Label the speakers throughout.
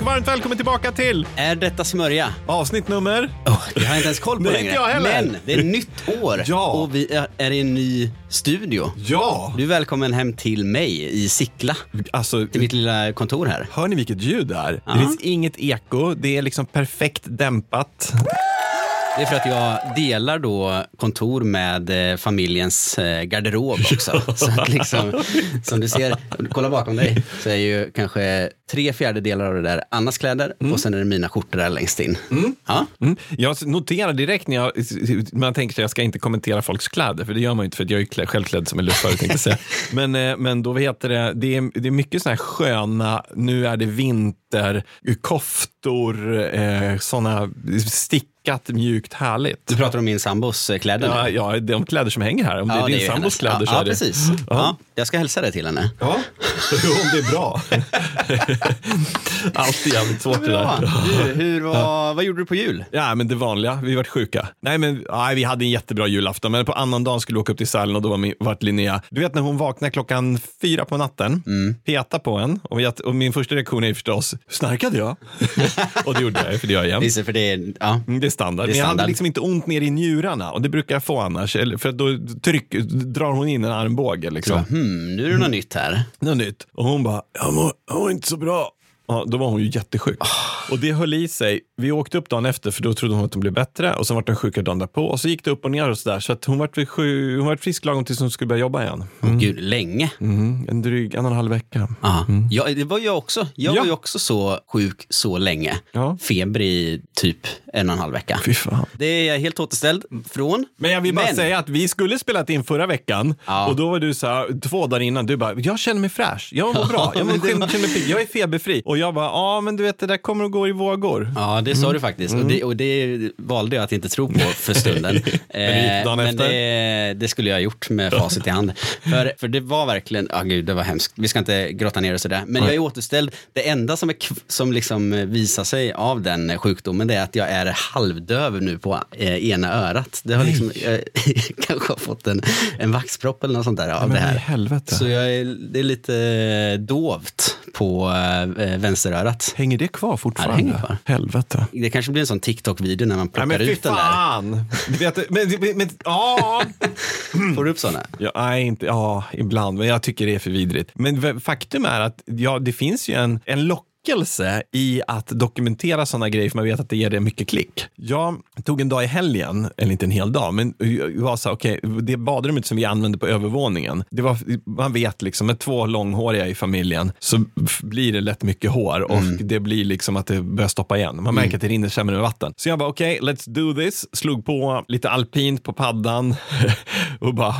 Speaker 1: varmt välkommen tillbaka till
Speaker 2: Är detta smörja?
Speaker 1: avsnitt nummer...
Speaker 2: Det har jag inte ens koll på
Speaker 1: Nej,
Speaker 2: längre.
Speaker 1: Oh. inte jag heller.
Speaker 2: Men det är nytt år
Speaker 1: Ja.
Speaker 2: och vi är- är i en ny studio.
Speaker 1: Ja!
Speaker 2: Du är välkommen hem till mig i Sickla,
Speaker 1: Alltså,
Speaker 2: till mitt lilla kontor här.
Speaker 1: hör ni vilket ljud det är? Det finns inget eko, det är liksom perfekt dämpat.
Speaker 2: Det är för att jag delar då kontor med eh, familjens eh, garderob också. Så att liksom, som du ser, kolla bakom dig, så är ju kanske tre fjärdedelar av det där Annas kläder och sen är det mina skjortor där längst in. Ja.
Speaker 1: Mm. Jag noterar direkt när jag, man tänker att jag ska inte kommentera folks kläder, för det gör man ju inte, för jag är ju klä- själv klädd som en luffare tänkte jag säga. Men, eh, men då heter det, det är, det är mycket sådana här sköna, nu är det vinter, eh, koftor, eh, sådana stickat, mjukt, härligt.
Speaker 2: Du pratar om min sambos eh, kläder nu.
Speaker 1: Ja, ja, de kläder som hänger här, om det
Speaker 2: Ja,
Speaker 1: är din
Speaker 2: ju
Speaker 1: sambos
Speaker 2: hennes.
Speaker 1: kläder
Speaker 2: ja,
Speaker 1: så
Speaker 2: ja,
Speaker 1: är det.
Speaker 2: precis. Ja, jag ska hälsa det till henne.
Speaker 1: Ja, om det är bra. Alltid jävligt svårt det
Speaker 2: Bra.
Speaker 1: där.
Speaker 2: Du, hur var, vad gjorde du på jul?
Speaker 1: Ja, men det vanliga. Vi vart sjuka. Nej, men nej, vi hade en jättebra julafton, men på annan dagen skulle vi åka upp till Sälen och då var min, vart Linnea. Du vet när hon vaknar klockan fyra på natten, petar på en och, jag, och min första reaktion är förstås, snarkade jag? och det gjorde jag, för det gör jag jämt.
Speaker 2: Visst, för det är, ja.
Speaker 1: Mm, Det är standard.
Speaker 2: Det är
Speaker 1: Men jag hade
Speaker 2: standard.
Speaker 1: liksom inte ont ner i njurarna och det brukar jag få annars. Eller, för då tryck, drar hon in en armbåge. Liksom.
Speaker 2: Hmm, nu är det något nytt här.
Speaker 1: något nytt. Och hon bara, jag mår, jag mår inte så bra. Ja, då var hon ju jättesjuk. Och det höll i sig. Vi åkte upp dagen efter för då trodde hon att hon blev bättre och sen vart hon sjukare dagen därpå och så gick det upp och ner och sådär. Så att hon vart, vid sju, hon vart frisk lagom tills hon skulle börja jobba igen.
Speaker 2: Gud, länge.
Speaker 1: Mm, en dryg en och en halv vecka.
Speaker 2: Ja, Ja, det var jag också. Jag
Speaker 1: Mm. Ja.
Speaker 2: var ju också så sjuk så länge.
Speaker 1: Ja.
Speaker 2: Feber i typ en och en halv vecka.
Speaker 1: Fy fan.
Speaker 2: Det är jag helt återställd från.
Speaker 1: Men jag vill bara
Speaker 2: Men-
Speaker 1: säga att vi skulle spelat in förra veckan
Speaker 2: Ja.
Speaker 1: och då var du så här, två dagar innan, du bara, jag känner mig fräsch, jag mår bra, jag, mår, känner, känner mig pigg, jag är feberfri. Och jag bara, ja men du vet det där kommer att gå i vågor.
Speaker 2: Ja, det
Speaker 1: Mm.
Speaker 2: sa du faktiskt. Och, det, och det valde jag att inte tro på för stunden.
Speaker 1: gick dagen
Speaker 2: Eh,
Speaker 1: efter?
Speaker 2: det, det skulle jag ha gjort med facit i hand. För, för det var verkligen, ja gud det var hemskt. Vi ska inte grotta ner oss i det. Men jag är återställd. Det enda som, är, kv- som liksom eh, visar sig av den eh, sjukdomen det är att jag är halvdöv nu på eh, ena örat. Det har liksom, jag kanske har fått en, en vaxpropp eller något sånt där av det
Speaker 1: Men i
Speaker 2: här.
Speaker 1: helvete.
Speaker 2: Så jag är, det är lite eh, dovt på eh, vänsterörat.
Speaker 1: Hänger det kvar fortfarande?
Speaker 2: hänger kvar.
Speaker 1: Helvete.
Speaker 2: Det kanske blir en sån TikTok-video när man
Speaker 1: Nej,
Speaker 2: plockar
Speaker 1: men fy
Speaker 2: ut den där.
Speaker 1: fan! Du vet, men, men, men, ja.
Speaker 2: Får du upp såna?
Speaker 1: ja, nej, inte, ja, ibland. Men jag tycker det är för vidrigt. Men v- faktum är att ja, det finns ju en, en lockelse i att dokumentera sådana grejer för man vet att det ger det mycket klick. Jag tog en dag i helgen, eller inte en hel dag, men jag var så här, okej, det badrummet som vi använde på övervåningen, det var, man vet liksom, med två långhåriga i familjen så f- blir det lätt mycket hår och det blir liksom att det börjar stoppa igen. Man märker att det rinner sämre med vatten. Så jag bara, okej, let's do this. Slog på lite alpint på paddan och bara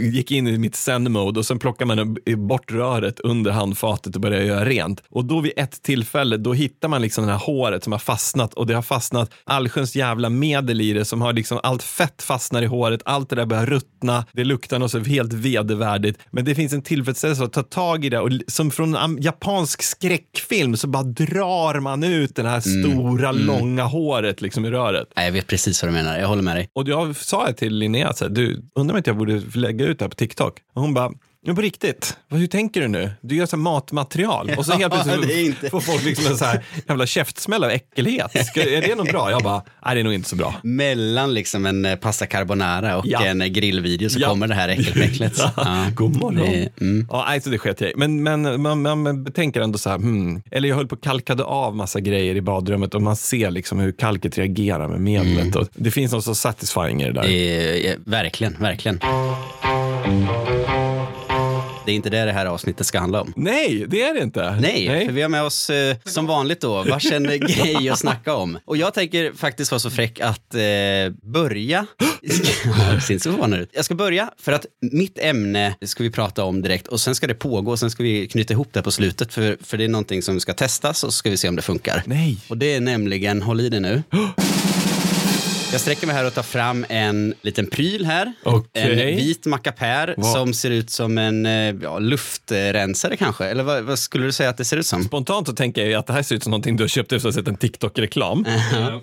Speaker 1: gick in i mitt zen-mode och sen plockar man upp- bort röret under handfatet och börjar göra rent. Och då vid ett tillfälle, då hittar man liksom det här håret som har fastnat och det har fastnat allsköns jävla medel i det som har liksom allt fett fastnar i håret, allt det där börjar ruttna, det luktar något så helt vedervärdigt. Men det finns en tillfredsställelse att ta tag i det och li- som från en am- japansk skräckfilm så bara drar man ut det här stora, långa håret liksom i röret.
Speaker 2: Nej, jag vet precis vad du menar. Jag håller med dig.
Speaker 1: Och jag sa till Linnea, så här, du, undrar om inte jag borde lägga ut det här på TikTok? Och hon bara, men på riktigt, vad, hur tänker du nu? Du gör så här matmaterial och så helt
Speaker 2: Ja,
Speaker 1: plötsligt
Speaker 2: det är inte-
Speaker 1: får folk liksom en så här jävla käftsmäll av äcklighet. Ska, är det något bra? Jag bara, nej det är nog inte så bra.
Speaker 2: Mellan liksom en eh, pasta carbonara och
Speaker 1: Ja.
Speaker 2: en eh, grillvideo så
Speaker 1: Ja.
Speaker 2: kommer det här äckelpäcklet. Ja.
Speaker 1: God morgon.
Speaker 2: Det- mm.
Speaker 1: Ja, nej, så det sket jag i. Men, men man, man, man tänker ändå så här, hmm. eller jag höll på och kalkade av massa grejer i badrummet och man ser liksom hur kalket reagerar med medlet.
Speaker 2: Mm.
Speaker 1: Och det finns något så satisfying i det där.
Speaker 2: Eh, eh, verkligen, verkligen. Det är inte det det här avsnittet ska handla om.
Speaker 1: Nej, det är det inte.
Speaker 2: Nej, för vi har med oss eh, som vanligt då varsin grej att snacka om. Och jag tänker faktiskt vara så fräck att eh, börja. Ja, det ser inte så förvånad ut. Jag ska börja för att mitt ämne ska vi prata om direkt och sen ska det pågå och sen ska vi knyta ihop det på slutet för, för det är någonting som ska testas och så ska vi se om det funkar.
Speaker 1: Nej.
Speaker 2: Och det är nämligen, håll i det nu. Jag sträcker mig här och tar fram en liten pryl här.
Speaker 1: Okej.
Speaker 2: En vit mackapär
Speaker 1: Vad?
Speaker 2: som ser ut som en eh, ja, luftrensare kanske. Eller vad, vad skulle du säga att det ser ut som?
Speaker 1: Spontant så tänker jag ju att det här ser ut som någonting du har köpt efter att ha sett en TikTok-reklam.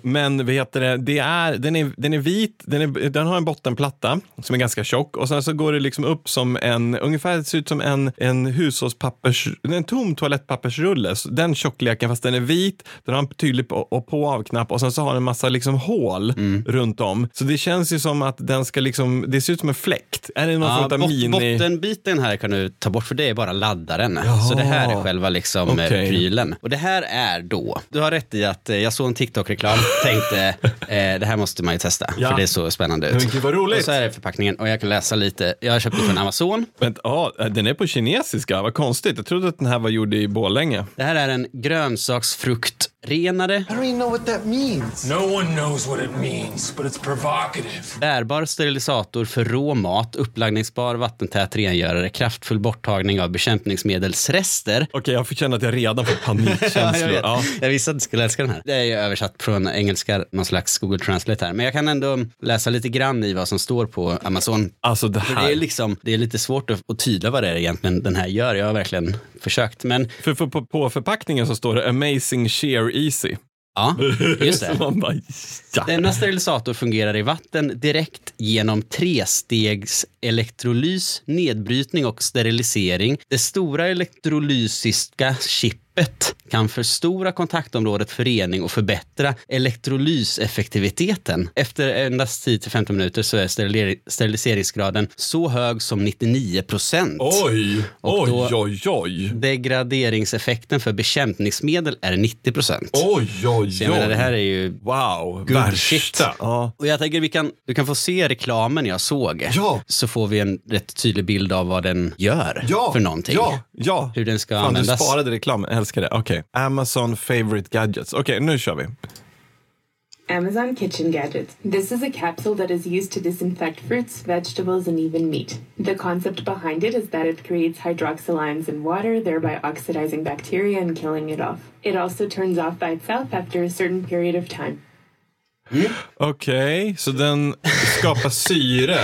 Speaker 1: Men vad heter det? Det är, den, är, den är vit, den, är, den har en bottenplatta som är ganska tjock och sen så går det liksom upp som en, ungefär det ser ut som en, en hushållspappers, en tom toalettpappersrulle. Så Den tjockleken fast den är vit, den har en tydlig på och på och avknapp och sen så har den en massa liksom hål
Speaker 2: Mm.
Speaker 1: runt om. Så det känns ju som att den ska liksom, det ser ut som en fläkt. Är det någon
Speaker 2: Ja,
Speaker 1: form av
Speaker 2: bot-
Speaker 1: mini...
Speaker 2: Bottenbiten här kan du ta bort för det är bara laddaren. Så det här är själva liksom eh,
Speaker 1: Okej.
Speaker 2: prylen. Och det här är då, du har rätt i att eh, jag såg en TikTok-reklam, tänkte eh, det här måste man ju testa
Speaker 1: Ja.
Speaker 2: för det såg spännande
Speaker 1: Men
Speaker 2: ut.
Speaker 1: gud vad roligt!
Speaker 2: Och så här är förpackningen och jag kan läsa lite. Jag köpte från Amazon.
Speaker 1: Vänta, ja, den är på kinesiska, vad konstigt. Jag trodde att den här var gjord i Borlänge.
Speaker 2: Det här är en grönsaksfruktrenare,
Speaker 3: I don't even know what that means.
Speaker 4: No one knows what it means, but it's provocative.
Speaker 2: bärbar sterilisator för rå mat, upplaggningsbar vattentät rengörare, kraftfull borttagning av bekämpningsmedelsrester.
Speaker 1: Okej, jag får känna att jag redan får
Speaker 2: Ja, jag,
Speaker 1: panikkänslor.
Speaker 2: vet.
Speaker 1: ja.
Speaker 2: jag visste att du skulle älska den här. Det är ju översatt från engelska, någon slags Google Translate här. Men jag kan ändå läsa lite grann i vad som står på Amazon.
Speaker 1: Alltså det
Speaker 2: För det, är
Speaker 1: här.
Speaker 2: liksom, det är lite svårt att, att tyda vad det är egentligen den här gör. Jag har verkligen försökt. Men
Speaker 1: För, för, på, på förpackningen så står det Amazing Sheer Easy.
Speaker 2: ja, just det.
Speaker 1: Så man bara, ja.
Speaker 2: Denna sterilisator fungerar i vatten direkt genom trestegs elektrolys, nedbrytning och sterilisering. Det stora elektrolysiska chippet kan förstora kontaktområdet för rening och förbättra elektrolyseffektiviteten. Efter endast 10-15 minuter så är sterili- steriliseringsgraden så hög som 99 procent.
Speaker 1: Oj,
Speaker 2: Och
Speaker 1: oj,
Speaker 2: då-
Speaker 1: oj, oj.
Speaker 2: Degraderingseffekten för bekämpningsmedel är 90 procent.
Speaker 1: Oj, oj,
Speaker 2: Så jag menar, det
Speaker 1: oj.
Speaker 2: här är ju
Speaker 1: Wow,
Speaker 2: Good shit.
Speaker 1: värsta. Ja.
Speaker 2: Och jag tänker vi kan, du kan få se reklamen jag såg.
Speaker 1: Ja.
Speaker 2: Så får vi en rätt tydlig bild av vad den gör
Speaker 1: Ja,
Speaker 2: för någonting.
Speaker 1: Ja, ja.
Speaker 2: Hur den ska
Speaker 1: Fan,
Speaker 2: användas.
Speaker 1: du sparade reklamen, jag älskar det. Okej, Amazon favorite gadgets. Okej, nu kör vi.
Speaker 5: Amazon Kitchen Gadgets. This is a capsule that is used to disinfect fruits, vegetables, and even meat. The concept behind it is that it creates hydroxyl ions in water, thereby oxidizing bacteria and killing it off. It also turns off by itself after a certain period of time.
Speaker 1: Okej, så den skapar syre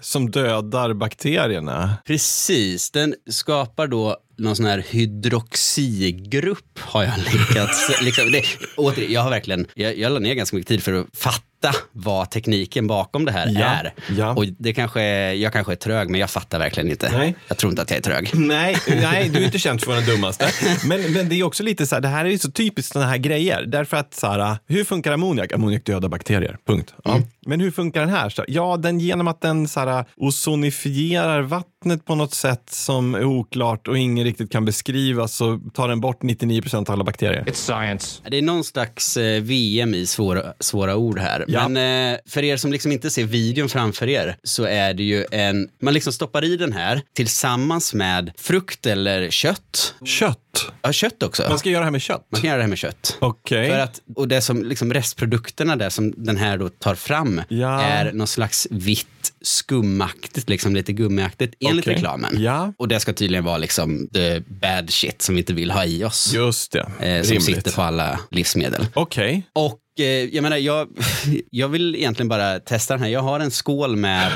Speaker 1: som dödar bakterierna.
Speaker 2: Precis, den skapar då någon sån här hydroxigrupp har jag lyckats... liksom, det, återigen, jag har verkligen, jag, jag la ner ganska mycket tid för att fatta vad tekniken bakom det här
Speaker 1: Ja,
Speaker 2: är.
Speaker 1: ja.
Speaker 2: Och det kanske, jag kanske är trög, men jag fattar verkligen inte.
Speaker 1: Nej.
Speaker 2: Jag tror inte att jag är trög.
Speaker 1: Nej, nej, du är inte känd för att vara den dummaste. Men, men det är också lite så här, det här är ju så typiskt sådana här grejer. Därför att så här, hur funkar ammoniak? Ammoniak dödar bakterier, punkt. Ja. Men hur funkar den här? Så, ja, den genom att den så här, ozonifierar vattnet på något sätt som är oklart och ingen riktigt kan beskriva så tar den bort 99 procent av alla bakterier.
Speaker 4: It's science.
Speaker 2: Det är någon slags eh, VM i svåra, svåra ord här.
Speaker 1: Ja.
Speaker 2: Men eh, för er som liksom inte ser videon framför er så är det ju en, man liksom stoppar i den här tillsammans med frukt eller kött.
Speaker 1: Kött.
Speaker 2: Ja, kött också.
Speaker 1: Man ska göra det här med kött.
Speaker 2: Man kan göra det här med kött.
Speaker 1: Okej.
Speaker 2: För att, och det som liksom restprodukterna där som den här då tar fram
Speaker 1: Ja.
Speaker 2: är någon slags vitt skumaktigt, liksom lite gummiaktigt enligt
Speaker 1: Okej.
Speaker 2: reklamen.
Speaker 1: Ja.
Speaker 2: Och det ska tydligen vara liksom the bad shit som vi inte vill ha i oss.
Speaker 1: Just det.
Speaker 2: eh, som sitter
Speaker 1: Rimligt.
Speaker 2: på alla livsmedel.
Speaker 1: Okej.
Speaker 2: Och eh, jag menar, jag, jag vill egentligen bara testa den här. Jag har en skål med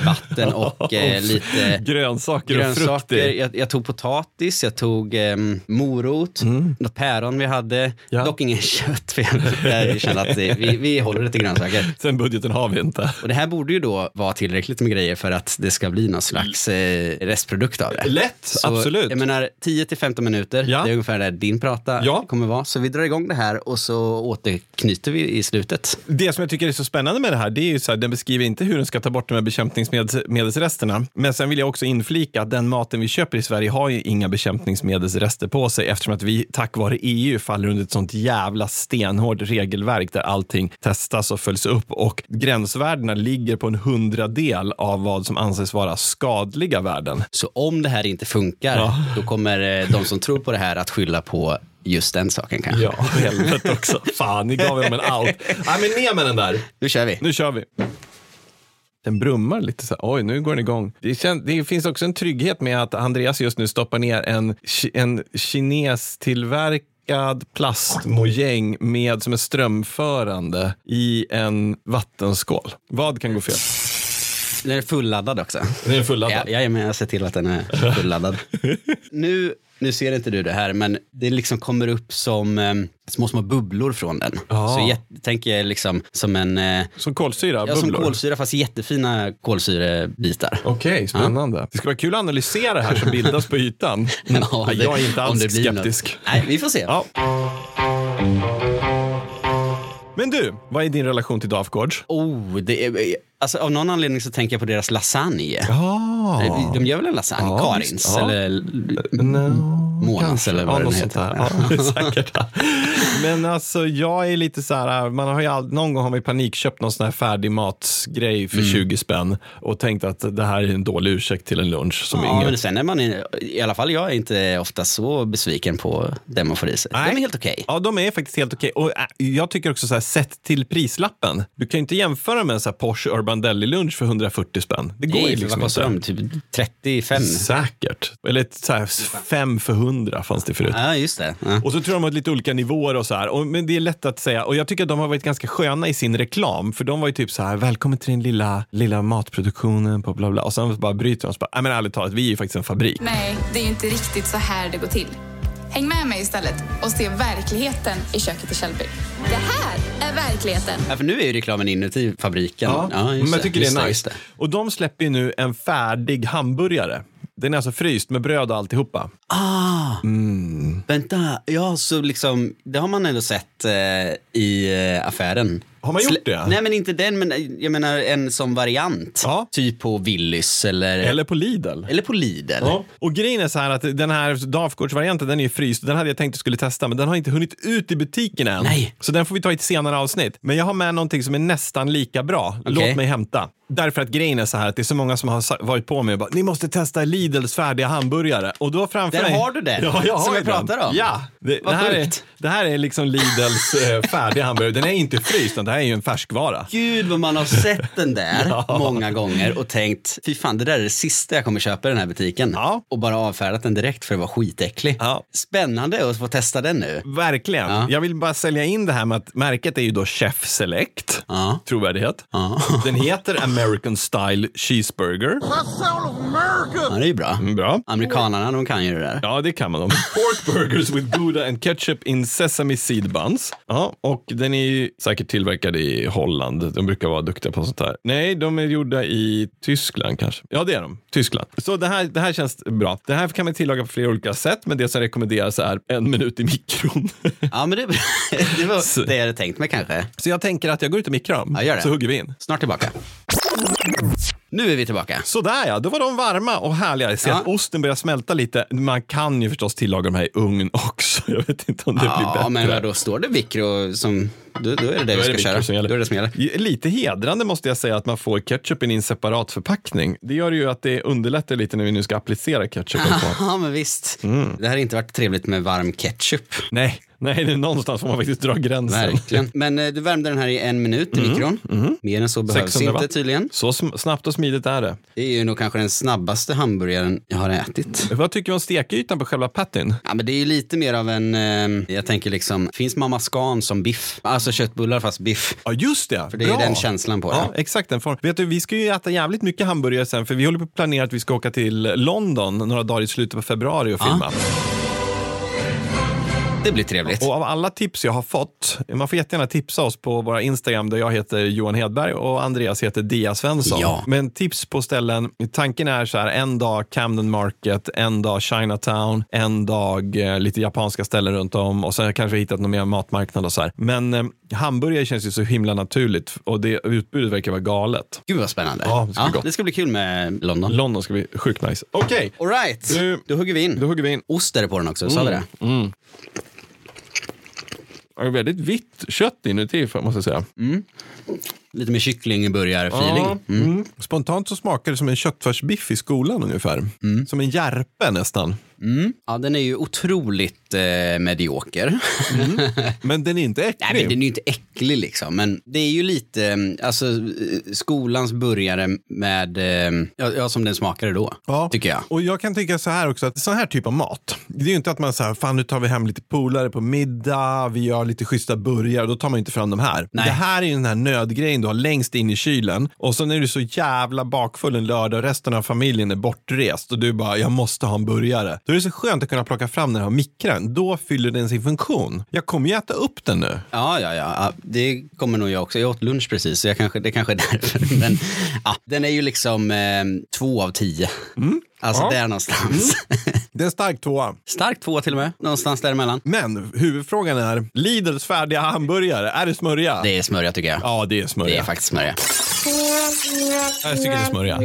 Speaker 2: vatten och eh, lite
Speaker 1: Grönsaker, och frukt
Speaker 2: grönsaker.
Speaker 1: i.
Speaker 2: Jag, jag tog potatis, jag tog eh, morot, något päron vi hade.
Speaker 1: Mm. Ja.
Speaker 2: Dock ingen kött, för jag, jag kände att eh, vi, vi håller det till grönsaker.
Speaker 1: Sen budgeten har vi inte.
Speaker 2: Och det här borde ju då vara tillräckligt med grejer för att det ska bli någon slags eh, restprodukt av det.
Speaker 1: Lätt,
Speaker 2: Så,
Speaker 1: absolut.
Speaker 2: Jag menar 10 till 15 minuter,
Speaker 1: Ja.
Speaker 2: det är ungefär där din prata
Speaker 1: Ja.
Speaker 2: kommer vara. Så vi drar igång det här och så återknyter vi i slutet.
Speaker 1: Det som jag tycker är så spännande med det här, det är ju så här, den beskriver inte hur den ska ta bort de här bekämpningsmedelsresterna. Men sen vill jag också inflika att den maten vi köper i Sverige har ju inga bekämpningsmedelsrester på sig eftersom att vi tack vare EU faller under ett sånt jävla stenhårt regelverk där allting testas och följs upp och gränsvärdena ligger på en hundradel av vad som anses vara skadliga värden.
Speaker 2: Så om det här inte funkar, då kommer eh, de som tror på det här att skylla på just den saken kanske.
Speaker 1: Ja, helvete också. Fan, ni gav dem en out. Nej, men ner med den där.
Speaker 2: Nu kör vi.
Speaker 1: Nu kör vi. Den brummar lite så här. Oj, nu går den igång. Det, kän, det finns också en trygghet med att Andreas just nu stoppar ner en, ki- en kines packad plastmojäng med som är strömförande i en vattenskål. Vad kan gå fel?
Speaker 2: Den är fulladdad också.
Speaker 1: Den är fulladdad.
Speaker 2: Ja, jajamän, jag ser till att den är fulladdad. nu, nu ser inte du det här, men det liksom kommer upp som eh, små, små bubblor från den.
Speaker 1: Ja.
Speaker 2: Så jag tänker liksom som en eh,
Speaker 1: Som kolsyra?
Speaker 2: ja, som
Speaker 1: bubblor.
Speaker 2: kolsyra, fast jättefina kolsyrebitar.
Speaker 1: Okej, spännande. Det skulle vara kul att analysera det här som bildas på ytan.
Speaker 2: Ja, det-
Speaker 1: jag är inte
Speaker 2: om
Speaker 1: alls
Speaker 2: det blir något.
Speaker 1: skeptisk.
Speaker 2: Nej, vi får se.
Speaker 1: Ja. Men du, vad är din relation till Dafgårds?
Speaker 2: Oh, det är, alltså, av någon anledning så tänker jag på deras lasagne. Ah.
Speaker 1: Ja,
Speaker 2: De gör väl en lasagne?
Speaker 1: Ja,
Speaker 2: Karins
Speaker 1: visst. Ja.
Speaker 2: eller Månas eller vad
Speaker 1: Mm.
Speaker 2: den
Speaker 1: något sånt
Speaker 2: heter.
Speaker 1: där. Ja, säkert. Men alltså, jag är lite så här, man har ju all, någon gång har man i panik köpt någon sån här färdig matsgrej
Speaker 2: Mm.
Speaker 1: för 20 spänn och tänkt att det här är en dålig ursäkt till en lunch som
Speaker 2: Ja,
Speaker 1: ingen...
Speaker 2: men sen är man, i, i alla fall jag är inte ofta så besviken på det man får i sig. De är helt okej.
Speaker 1: Ja, de är faktiskt helt okej. Och äh, jag tycker också så här, sett till prislappen. Du kan ju inte jämföra med en så här Porsche Urban Deli-lunch för 140 spänn. Det går
Speaker 2: Nej,
Speaker 1: ju
Speaker 2: vad
Speaker 1: liksom
Speaker 2: kostar
Speaker 1: inte.
Speaker 2: de? Typ 35?
Speaker 1: Säkert. Eller ett så här, fem för 100 fanns det förut.
Speaker 2: Ja, just det. Ja.
Speaker 1: Och så tror jag de har lite olika nivåer och så här. Och, men det är lätt att säga. Och jag tycker att de har varit ganska sköna i sin reklam. För de var ju typ så här, välkommen till den lilla, lilla matproduktionen på bla bla. Och sen bara bryter de. Så bara, Nej men ärligt talat, vi är ju faktiskt en fabrik.
Speaker 6: Nej, det är ju inte riktigt så här det går till. Häng med mig istället och se verkligheten i köket i Källby. Det här är verkligheten.
Speaker 2: Ja, för nu är ju reklamen inuti fabriken.
Speaker 1: men jag tycker det
Speaker 2: just
Speaker 1: är
Speaker 2: just
Speaker 1: nice. Och de släpper ju nu en färdig hamburgare. Den är alltså fryst med bröd och alltihopa.
Speaker 2: Ah, vänta. Ja, så liksom, det har man ändå sett eh, i eh, affären.
Speaker 1: Har man gjort
Speaker 2: Slä-
Speaker 1: det?
Speaker 2: Nej, men inte den, men eh, jag menar en som variant.
Speaker 1: Ja.
Speaker 2: Typ på Willys eller, eller,
Speaker 1: Eller på Lidl.
Speaker 2: på Lidl.
Speaker 1: Ja. Och grejen är så här att den här Dafgårds-varianten den är ju fryst. Den hade jag tänkt att skulle testa men den har inte hunnit ut i butiken än.
Speaker 2: Nej.
Speaker 1: Så den får vi ta i ett senare avsnitt. Men jag har med någonting som är nästan lika bra. Låt mig hämta. Därför att grejen är så här att det är så många som har sa- varit på mig och bara ni måste testa Lidls färdiga hamburgare. Och då framför
Speaker 2: Där
Speaker 1: mig...
Speaker 2: har du den,
Speaker 1: Ja, jag har
Speaker 2: som jag
Speaker 1: ju den.
Speaker 2: pratar om.
Speaker 1: Ja. Det,
Speaker 2: Vad
Speaker 1: det, här är,
Speaker 2: sjukt.
Speaker 1: det här är liksom Lidls eh, färdiga hamburgare. Den är inte fryst utan det här är ju en färskvara.
Speaker 2: Gud vad man har sett den där många gånger och tänkt, fy fan det där är det sista jag kommer köpa i den här butiken.
Speaker 1: Ja.
Speaker 2: Och bara avfärdat den direkt för det var skitäcklig.
Speaker 1: Ja.
Speaker 2: Spännande att få testa den nu.
Speaker 1: Verkligen.
Speaker 2: Ja.
Speaker 1: Jag vill bara sälja in det här med att märket är ju då Chef Select.
Speaker 2: Ja.
Speaker 1: Trovärdighet.
Speaker 2: Ja.
Speaker 1: Den heter American Style Cheeseburger.
Speaker 2: Ja, det är ju Mm, bra.
Speaker 1: Bra.
Speaker 2: Amerikanarna, de kan ju det där.
Speaker 1: Mm. Ja, det kan man. Om. Pork burgers with gouda and ketchup in sesame seed buns. Ja, och den är ju säkert tillverkad i Holland. De brukar vara duktiga på sånt här. Nej, de är gjorda i Tyskland kanske. Ja, det är de. Tyskland. Så det här, det här känns bra. Det här kan man tillaga på flera olika sätt, men det som rekommenderas är en minut i mikron.
Speaker 2: Ja, men det, det var det jag hade tänkt mig kanske.
Speaker 1: Så jag tänker att jag går ut och mikrar dem,
Speaker 2: Ja, gör det.
Speaker 1: så hugger vi in.
Speaker 2: Snart tillbaka. Nu är vi tillbaka.
Speaker 1: Sådär ja, då var de varma och härliga. Jag ser
Speaker 2: Ja.
Speaker 1: att osten börjar smälta lite. Man kan ju förstås tillaga de här i ugn också. Jag vet inte om det blir
Speaker 2: Ja,
Speaker 1: bättre.
Speaker 2: men då står det Vicro som... Då, då är det det vi
Speaker 1: Då är
Speaker 2: ska
Speaker 1: det mikro
Speaker 2: köra.
Speaker 1: som gäller.
Speaker 2: Då är det som gäller.
Speaker 1: Lite hedrande måste jag säga att man får ketchupen i en separat förpackning. Det gör ju att det underlättar lite när vi nu ska applicera ketchupen på.
Speaker 2: Ja, men visst.
Speaker 1: Mm.
Speaker 2: Det hade inte varit trevligt med varm ketchup.
Speaker 1: Nej, nej, det är någonstans får man faktiskt dra gränsen.
Speaker 2: Verkligen. Men eh, du värmde den här i en minut i
Speaker 1: Mm-hmm.
Speaker 2: mikron. Mer än så behövs
Speaker 1: 600
Speaker 2: inte
Speaker 1: watt.
Speaker 2: tydligen.
Speaker 1: Så sm- snabbt och smidigt är det.
Speaker 2: Det är ju nog kanske den snabbaste hamburgaren jag har ätit.
Speaker 1: Vad tycker du om stekytan på själva pattin?
Speaker 2: Ja, men det är ju lite mer av en, eh, jag tänker liksom, finns mamma Scan som biff? Alltså köttbullar fast biff.
Speaker 1: Ja, just det. För
Speaker 2: det är ju den känslan på
Speaker 1: Ja,
Speaker 2: det.
Speaker 1: exakt den formen. Vet du, vi ska ju äta jävligt mycket hamburgare sen för vi håller på att planera att vi ska åka till London några dagar i slutet på februari och filma.
Speaker 2: Det blir trevligt.
Speaker 1: Och av alla tips jag har fått, man får jättegärna tipsa oss på våra Instagram där jag heter Johan Hedberg och Andreas heter Dia Svensson.
Speaker 2: Ja.
Speaker 1: Men tips på ställen, tanken är så här en dag Camden Market, en dag Chinatown, en dag eh, lite japanska ställen runt om och sen har jag kanske hittat någon mer matmarknad och så här. Men eh, hamburgare känns ju så himla naturligt och det utbudet verkar vara galet.
Speaker 2: Gud vad spännande.
Speaker 1: Ja, det ska bli gott.
Speaker 2: det ska bli kul med London.
Speaker 1: London ska bli sjukt nice. Okej,
Speaker 2: Alright,
Speaker 1: Nu-
Speaker 2: då hugger vi in.
Speaker 1: då hugger Mm. vi in.
Speaker 2: Ost är det på den också, sa vi det?
Speaker 1: Det är väldigt vitt kött inuti får- måste jag säga.
Speaker 2: Lite mer kycklingburgar-feeling. Mm.
Speaker 1: Mm. Spontant så smakar det som en köttfärsbiff i skolan ungefär. Som en järpe nästan.
Speaker 2: Ja, den är ju otroligt eh, medioker.
Speaker 1: Men den är inte
Speaker 2: Nej,
Speaker 1: äcklig.
Speaker 2: men den är ju inte äcklig liksom, men det är ju lite, eh, alltså eh, skolans började med, eh, ja, ja, som den smakade då,
Speaker 1: Ja.
Speaker 2: tycker jag.
Speaker 1: Och jag kan tycka så här också, att sån här typ av mat, det är ju inte att man så här, fan nu tar vi hem lite polare på middag, vi gör lite schyssta burgare, då tar man ju inte fram de här.
Speaker 2: Nej.
Speaker 1: Det här är ju den här nödgrejen du har längst in i kylen och sen är du så jävla bakfull en lördag och resten av familjen är bortrest och du bara, jag måste ha en burgare. Då är det så skönt att kunna plocka fram den här mikran, då fyller den sin funktion. Jag kommer ju äta upp den nu.
Speaker 2: Ja, ja, ja. ja. Det kommer nog jag också. Jag åt lunch precis, så jag kanske, det kanske är därför. Men ja, den är ju liksom eh, två av tio. Alltså
Speaker 1: Mm. Ja. Mm.
Speaker 2: där någonstans.
Speaker 1: Det är en stark tvåa.
Speaker 2: Stark två till och med, någonstans däremellan.
Speaker 1: Men huvudfrågan är, Lidls färdiga hamburgare, är det smörja?
Speaker 2: Det är smörja tycker jag.
Speaker 1: Ja, det är smörja.
Speaker 2: Det är faktiskt smörja.
Speaker 1: Ja, Jag tycker det är smörja.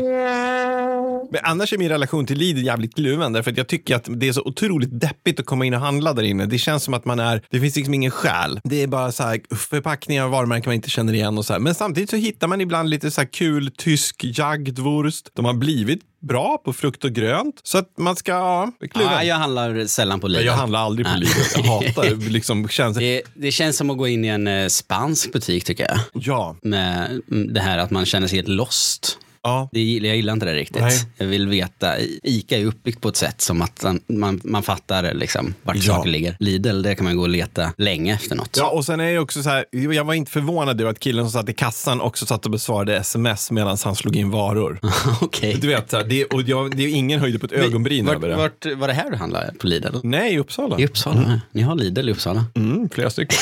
Speaker 1: Men annars är min relation till Lidl jävligt kluven. Därför att jag tycker att det är så otroligt deppigt att komma in och handla där inne. Det känns som att man är, det finns liksom ingen själ. Det är bara så här förpackningar och varumärken man inte känner igen och så här. Men samtidigt så hittar man ibland lite så här kul tysk jagdwurst. De har blivit bra på frukt och grönt. Så att man ska, ja, jag är kluven.
Speaker 2: Ja,
Speaker 1: jag...
Speaker 2: jag handlar sällan på Lidl.
Speaker 1: handlar aldrig på
Speaker 2: Nej.
Speaker 1: Lidl. Jag hatar liksom känns...
Speaker 2: Det, det känns som att gå in i en eh, spansk butik tycker jag.
Speaker 1: Ja,
Speaker 2: Med mm, det här att man känner sig helt lost.
Speaker 1: ja.
Speaker 2: Det, gillar- jag gillar inte det riktigt.
Speaker 1: Nej.
Speaker 2: Jag vill veta. I- Ica är ju uppbyggt på ett sätt som att man, man, man fattar liksom vart
Speaker 1: Ja.
Speaker 2: saker ligger. Lidl, där kan man gå och leta länge efter något.
Speaker 1: Ja, och sen är det också så här, jag var inte förvånad över att killen som satt i kassan också satt och besvarade sms medan han slog in varor.
Speaker 2: Okej.
Speaker 1: Du vet, så här, det, och jag, det är ingen höjd på ett ögonbryn
Speaker 2: Vart,
Speaker 1: över det.
Speaker 2: vart var det här du handlade? På Lidl?
Speaker 1: Nej, i Uppsala.
Speaker 2: I Uppsala? Mm. Ni har Lidl i Uppsala.
Speaker 1: Mm, flera stycken.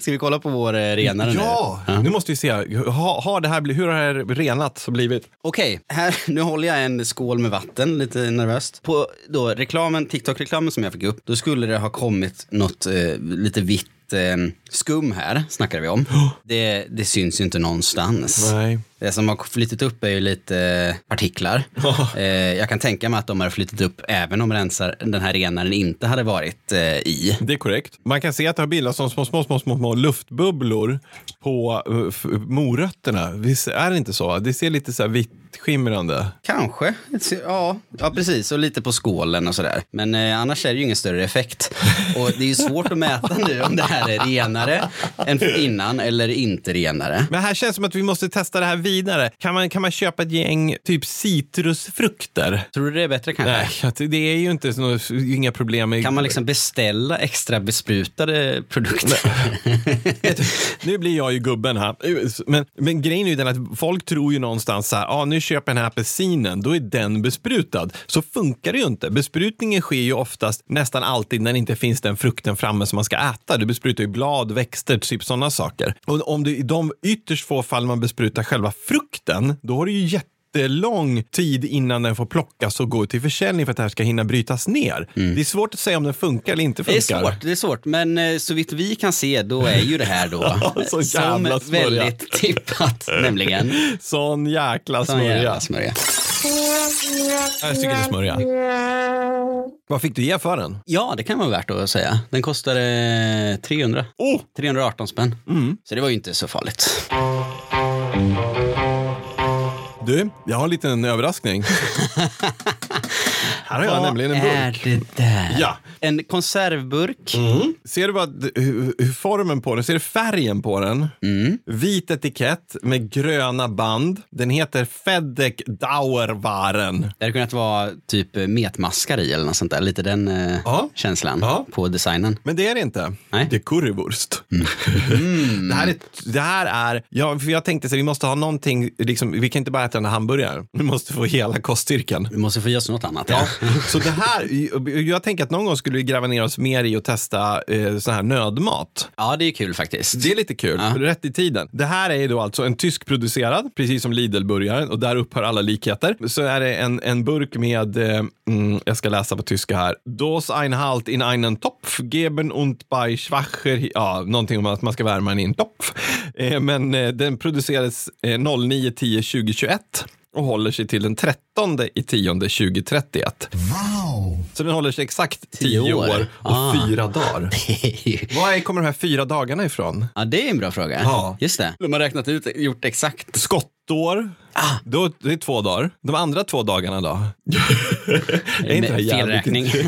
Speaker 2: Ska vi kolla på vår eh, renare
Speaker 1: Ja,
Speaker 2: nu?
Speaker 1: nu måste vi se. Ha, har det här, bli- hur har det här renats och blivit?
Speaker 2: Okej, här, nu håller jag en skål med vatten lite nervöst. På då, reklamen, TikTok-reklamen som jag fick upp, då skulle det ha kommit något eh, lite vitt eh, skum här, snackade vi om. Det, det syns ju inte någonstans.
Speaker 1: Nej.
Speaker 2: Det som har flyttit upp är ju lite eh, partiklar. Eh, jag kan tänka mig att de har flyttit upp även om rensar, den här renaren inte hade varit eh, i.
Speaker 1: Det är korrekt. Man kan se att det har bildats som små, små, små, små, små luftbubblor på eh, f- morötterna. Visst är det inte så? Det ser lite så här vitt skimrande.
Speaker 2: Kanske. Ja, ja, precis. Och lite på skålen och sådär. Men eh, annars är det ju ingen större effekt. Och det är ju svårt att mäta nu om det här är renare än för innan eller inte renare.
Speaker 1: Men här känns som att vi måste testa det här vidare. Kan man, kan man köpa ett gäng typ citrusfrukter?
Speaker 2: Tror du det är bättre kanske?
Speaker 1: Nej, att det är ju inte så, inga problem. Med,
Speaker 2: Kan man liksom beställa extra besprutade produkter?
Speaker 1: Nu blir jag ju gubben här. Men, men grejen är ju den att folk tror ju någonstans så här, ah, nu köper jag den här apelsinen, då är den besprutad. Så funkar det ju inte. Besprutningen sker ju oftast nästan alltid när det inte finns den frukten framme som man ska äta. Du besprutar ju blad, växter, typ sådana saker. Och om du i de ytterst få fall man besprutar själva frukten, då har du ju jätte lång tid innan den får plockas och gå till försäljning för att det här ska hinna brytas ner. Det är svårt att säga om den funkar eller inte
Speaker 2: Mm. Det är
Speaker 1: funkar.
Speaker 2: svårt, det är svårt. Men eh, så vitt vi kan se, då är ju det här då
Speaker 1: Ja, så jävla
Speaker 2: som
Speaker 1: smörja.
Speaker 2: väldigt tippat, nämligen.
Speaker 1: Sån jäkla
Speaker 2: Sån
Speaker 1: smörja.
Speaker 2: jävla smörja.
Speaker 1: Jag tycker det är smörja. Vad fick du ge för den?
Speaker 2: Ja, det kan vara värt att säga. Den eh, kostade 300.
Speaker 1: Oh!
Speaker 2: 318 spänn.
Speaker 1: Mm.
Speaker 2: Så det var ju inte så farligt.
Speaker 1: Du, jag har en liten överraskning. Här har jag nämligen en burk.
Speaker 2: är det där?
Speaker 1: Ja. Mm.
Speaker 2: En konservburk.
Speaker 1: Ser du vad, hur, hur formen på den? Ser du färgen på den?
Speaker 2: Mm.
Speaker 1: Vit etikett med gröna band. Den heter Fedek Dauerwaren.
Speaker 2: Det hade kunnat vara typ eh, metmaskar i eller något sånt där. Lite den eh,
Speaker 1: Ja.
Speaker 2: känslan
Speaker 1: Ja.
Speaker 2: på designen.
Speaker 1: Men det är det inte.
Speaker 2: Nej. Mm.
Speaker 1: Det är currywurst. det, här är, det här är, ja, för jag tänkte så här, vi måste ha någonting, liksom, vi kan inte bara äta den här hamburgaren. Vi måste få hela koststyrkan.
Speaker 2: Vi måste få ge oss något annat.
Speaker 1: Ja,
Speaker 2: Ja.
Speaker 1: så det här, jag tänker att någon gång skulle vi gräva ner oss mer i att testa eh, sån här nödmat.
Speaker 2: ja, det är kul faktiskt.
Speaker 1: Det är lite kul,
Speaker 2: Ja.
Speaker 1: rätt i tiden. Det här är ju då alltså en tyskproducerad, precis som Lidl-burgaren, och där upphör alla likheter. Så är det en, en burk med, eh, mm, jag ska läsa på tyska här, Dos Einhalt in einen Topf, geben und bei Schwacher, ja, någonting om att man ska värma den i en topf. Eh, men eh, den producerades eh, 09 10 2021 och håller sig till den 13 i 10 2031. Så den håller sig exakt 10
Speaker 2: Tio
Speaker 1: år,
Speaker 2: år.
Speaker 1: och
Speaker 2: Ah.
Speaker 1: fyra dagar. Var är- kommer de här fyra dagarna ifrån?
Speaker 2: ja, det är en bra fråga.
Speaker 1: Ja.
Speaker 2: Just det. De har räknat ut, gjort exakt.
Speaker 1: Skott, Ett år,
Speaker 2: Ah.
Speaker 1: då, det är två dagar. De andra två dagarna då? är inte det här jävligt,
Speaker 2: Felräkning.
Speaker 1: är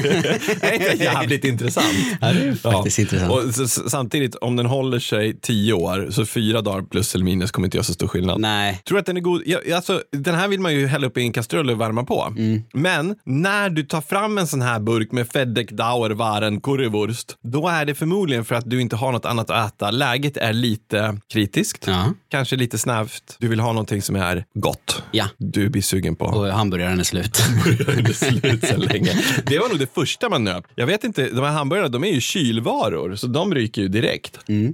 Speaker 1: inte det här jävligt intressant?
Speaker 2: Ja, det är faktiskt intressant.
Speaker 1: Och s- s- samtidigt, om den håller sig tio år, så fyra dagar plus eller minus kommer inte göra så stor skillnad.
Speaker 2: Nej.
Speaker 1: Tror du att den är god? Ja, alltså, den här vill man ju hälla upp i en kastrull och värma på.
Speaker 2: Mm.
Speaker 1: Men när du tar fram en sån här burk med Fedek Dauer Waren Currywurst, då är det förmodligen för att du inte har något annat att äta. Läget är lite kritiskt,
Speaker 2: Ja.
Speaker 1: kanske lite snävt. Du vill ha någonting som är gott.
Speaker 2: Ja.
Speaker 1: Du blir sugen på.
Speaker 2: Och hamburgaren är slut.
Speaker 1: Det är slut sedan länge. Det var nog det första man nöp. Jag vet inte, de här hamburgarna de är ju kylvaror, så de ryker ju direkt. Mm,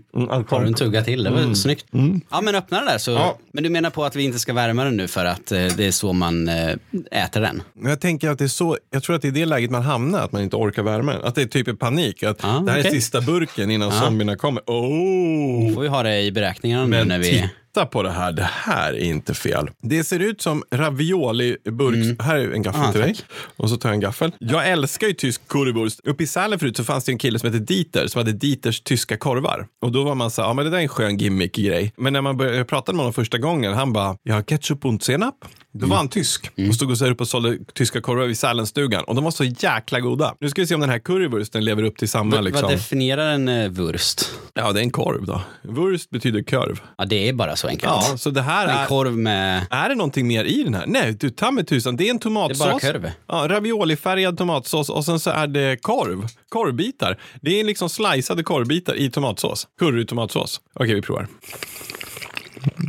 Speaker 2: Har du en tugga till? Det var snyggt. Ja, men öppna den där. Så... Men du menar på att vi inte ska värma den nu för att eh, det är så man eh, äter den?
Speaker 1: Men Jag tänker att det är så, jag tror att det är det läget man hamnar, att man inte orkar värma den. Att det är typ i panik, att
Speaker 2: Ah,
Speaker 1: det här
Speaker 2: okej.
Speaker 1: är
Speaker 2: Ah.
Speaker 1: sista burken innan zombierna kommer. Oh!
Speaker 2: får vi ha det i beräkningarna nu
Speaker 1: Men
Speaker 2: när vi...
Speaker 1: titta på det här, det här är inte fel. Det ser ut som ravioli-burk. Här är en gaffel
Speaker 2: Ah,
Speaker 1: till dig. Och så tar jag en gaffel. Jag älskar ju tysk currywurst. Uppe i Sälen förut så fanns det en kille som hette Dieter som hade Dieters tyska korvar. Och då var man så här, ja men det där är en skön gimmick grej. Men när man började, jag pratade med honom första gången, han bara, jag har ketchup och senap. Då
Speaker 2: Mm.
Speaker 1: var han tysk och stod och sa upp och sålde tyska korvar vid Sälenstugan. Och de var så jäkla goda. Nu ska vi se om den här currywursten lever upp till samma liksom.
Speaker 2: Vad definierar en eh, wurst?
Speaker 1: Ja, det är en korv då. Wurst betyder korv.
Speaker 2: Ja, det är bara så enkelt.
Speaker 1: Ja, så det här
Speaker 2: en
Speaker 1: är...
Speaker 2: korv med...
Speaker 1: Är det någonting mer i den här? Nej, du ta mig tusan. Det är en tomatsås.
Speaker 2: Det är bara korv.
Speaker 1: Ja, raviolifärgad tomatsås och sen så är det korv. Korvbitar. Det är liksom sliceade korvbitar i tomatsås. Currytomatsås. Okej, vi provar.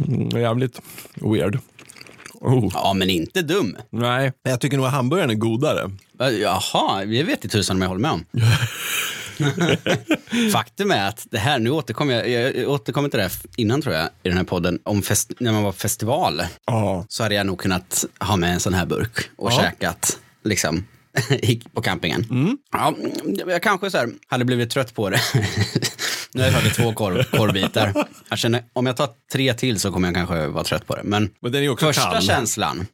Speaker 1: Mm, jävligt weird. Oh.
Speaker 2: Ja, men inte dum.
Speaker 1: Nej, jag tycker nog att hamburgaren är godare.
Speaker 2: Va- Jaha, jag vet inte tusan om jag håller med om. Faktum är att det här, nu återkommer jag, jag jag återkommer till det här innan tror jag, i den här podden, om fest, när man var på festival
Speaker 1: Ja.
Speaker 2: så hade jag nog kunnat ha med en sån här burk och
Speaker 1: Ja. Mm.
Speaker 2: käkat liksom i- på campingen. Ja, jag kanske så här, hade blivit trött på det. nu har jag tagit två korv, korvbitar. Jag känner, om jag tar tre till så kommer jag kanske vara trött på det. Men
Speaker 1: Men den är ju också
Speaker 2: första
Speaker 1: kall. Mm.
Speaker 2: känslan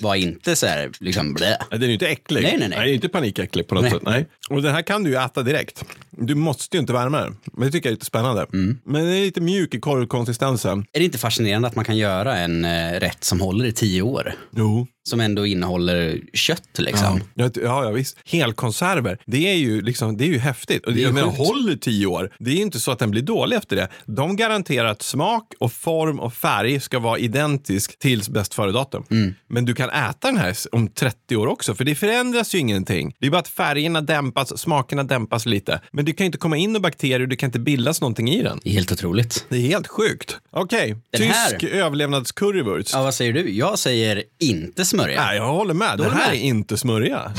Speaker 2: var inte så här, liksom blä.
Speaker 1: Nej, Den är ju inte äcklig.
Speaker 2: Nej, nej, nej.
Speaker 1: Den är inte panikäcklig på något
Speaker 2: Nej.
Speaker 1: sätt. Nej. Och den här kan du ju äta direkt. Du måste ju inte värma den. Men det tycker jag är lite spännande.
Speaker 2: Mm.
Speaker 1: Men den är lite mjuk i korvkonsistensen.
Speaker 2: Är det inte fascinerande att man kan göra en eh, rätt som håller i tio år?
Speaker 1: Jo,
Speaker 2: Som ändå innehåller kött liksom.
Speaker 1: Ja, ja, ja visst. Helkonserver, det är ju, liksom, det är ju häftigt. Och det,
Speaker 2: är
Speaker 1: jag menar,
Speaker 2: sjukt.
Speaker 1: håller tio år. Det är ju inte så att den blir dålig efter det. De garanterar att smak och form och färg ska vara identisk tills bäst före-datum.
Speaker 2: Mm.
Speaker 1: Men du kan äta den här om 30 år också, för det förändras ju ingenting. Det är bara att färgerna dämpas, smakerna dämpas lite. Men det kan ju inte komma in några bakterier, det kan inte bildas någonting i den.
Speaker 2: Det är helt otroligt.
Speaker 1: Det är helt sjukt. Okej,
Speaker 2: Den här-
Speaker 1: tysk överlevnadskurrywurst.
Speaker 2: Ja, vad säger du? Jag säger inte smörja.
Speaker 1: Nej, jag håller med. Den
Speaker 2: håller
Speaker 1: här
Speaker 2: med.
Speaker 1: är inte smörja.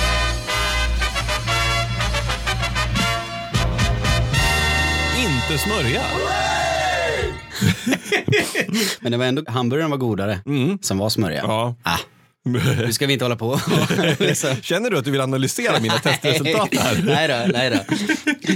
Speaker 1: Inte smörja.
Speaker 2: Men det var ändå, hamburgaren var godare som var smörja.
Speaker 1: Mm. Ja.
Speaker 2: Ah, nu ska vi inte hålla på liksom.
Speaker 1: Känner du att du vill analysera mina testresultat här?
Speaker 2: nej då, nej då.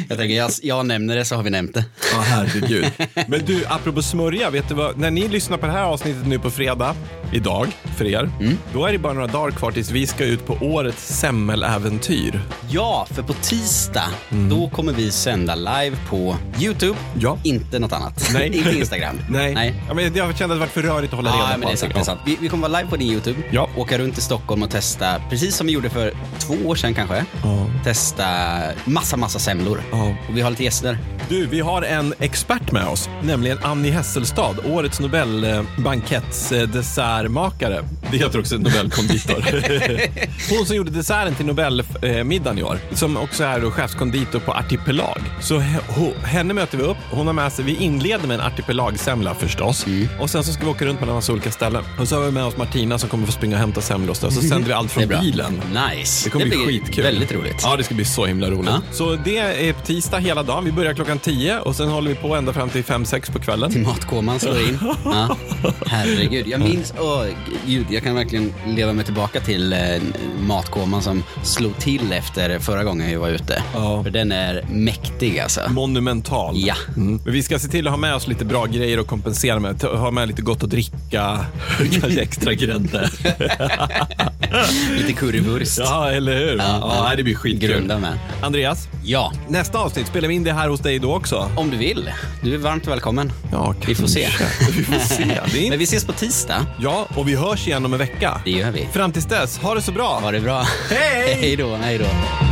Speaker 2: Jag tänker, jag, jag nämner det så har vi nämnt det.
Speaker 1: Ja, herregud. Men du, apropå smörja, vet du vad? När ni lyssnar på det här avsnittet nu på fredag, idag, för er, då är det bara några dagar kvar tills vi ska ut på årets semmeläventyr.
Speaker 2: Ja, för på tisdag, då kommer vi sända live på YouTube.
Speaker 1: Mm. Ja.
Speaker 2: Inte något annat.
Speaker 1: Nej.
Speaker 2: inte Instagram.
Speaker 1: Nej,
Speaker 2: Nej.
Speaker 1: Ja, men jag kände att det var för rörigt att hålla
Speaker 2: Ja,
Speaker 1: reda på
Speaker 2: men det är
Speaker 1: allting.
Speaker 2: sant. Det är sant. Vi, vi kommer vara live på din YouTube,
Speaker 1: Ja.
Speaker 2: åka runt i Stockholm och testa, precis som vi gjorde för två år sedan kanske, testa massa, massa semlor.
Speaker 1: Ja.
Speaker 2: Och vi har lite gäster.
Speaker 1: Du, vi har en expert med oss, nämligen Annie Hesselstad, årets Nobelbankettsdessertmakare. Det heter också Nobelkonditor. Hon som gjorde desserten till Nobelmiddagen i år, som också är då chefskonditor på Artipelag. Så he- ho- henne möter vi upp. Hon har med sig, vi inleder med en artipelagsemla förstås. Och sen så ska vi åka runt på en massa olika ställen. Och så har vi med oss Martina som kommer få springa och hämta semlor och så. Så sänder vi allt
Speaker 2: Det är
Speaker 1: från
Speaker 2: bra.
Speaker 1: bilen.
Speaker 2: Nice.
Speaker 1: Det kommer bli
Speaker 2: blir
Speaker 1: skitkul.
Speaker 2: Väldigt roligt.
Speaker 1: Ja, det ska bli så himla roligt.
Speaker 2: Ja.
Speaker 1: Så det är på tisdag hela dagen. Vi börjar klockan 10 och sen håller vi på ända fram till 5-6 på kvällen.
Speaker 2: Matkoman slår in. Ja. Herregud, jag minns, åh, gud, Jag kan verkligen leva mig tillbaka till eh, matkoman som slog till efter förra gången jag var ute.
Speaker 1: Ja.
Speaker 2: För den är mäktig alltså.
Speaker 1: Monumental.
Speaker 2: Ja.
Speaker 1: Mm. Men vi ska se till att ha med oss lite bra grejer och kompensera med. Ta- Ha med lite gott att dricka, kanske extra grädde.
Speaker 2: Lite currywurst.
Speaker 1: ja, eller hur? Ja, nej, det blir skitkul.
Speaker 2: Grunda med.
Speaker 1: Andreas,
Speaker 2: Ja,
Speaker 1: nästa avsnitt, spelar vi in det här hos dig då också?
Speaker 2: om du vill. Du är varmt välkommen.
Speaker 1: Ja,
Speaker 2: vi får se.
Speaker 1: kanske. Vi får se. Det är inte-
Speaker 2: Men vi ses på tisdag.
Speaker 1: Ja, och vi hörs igen om en vecka.
Speaker 2: Det gör vi.
Speaker 1: Fram tills dess, ha det så bra!
Speaker 2: Ha det bra.
Speaker 1: Hej!
Speaker 2: Hej då, hej då.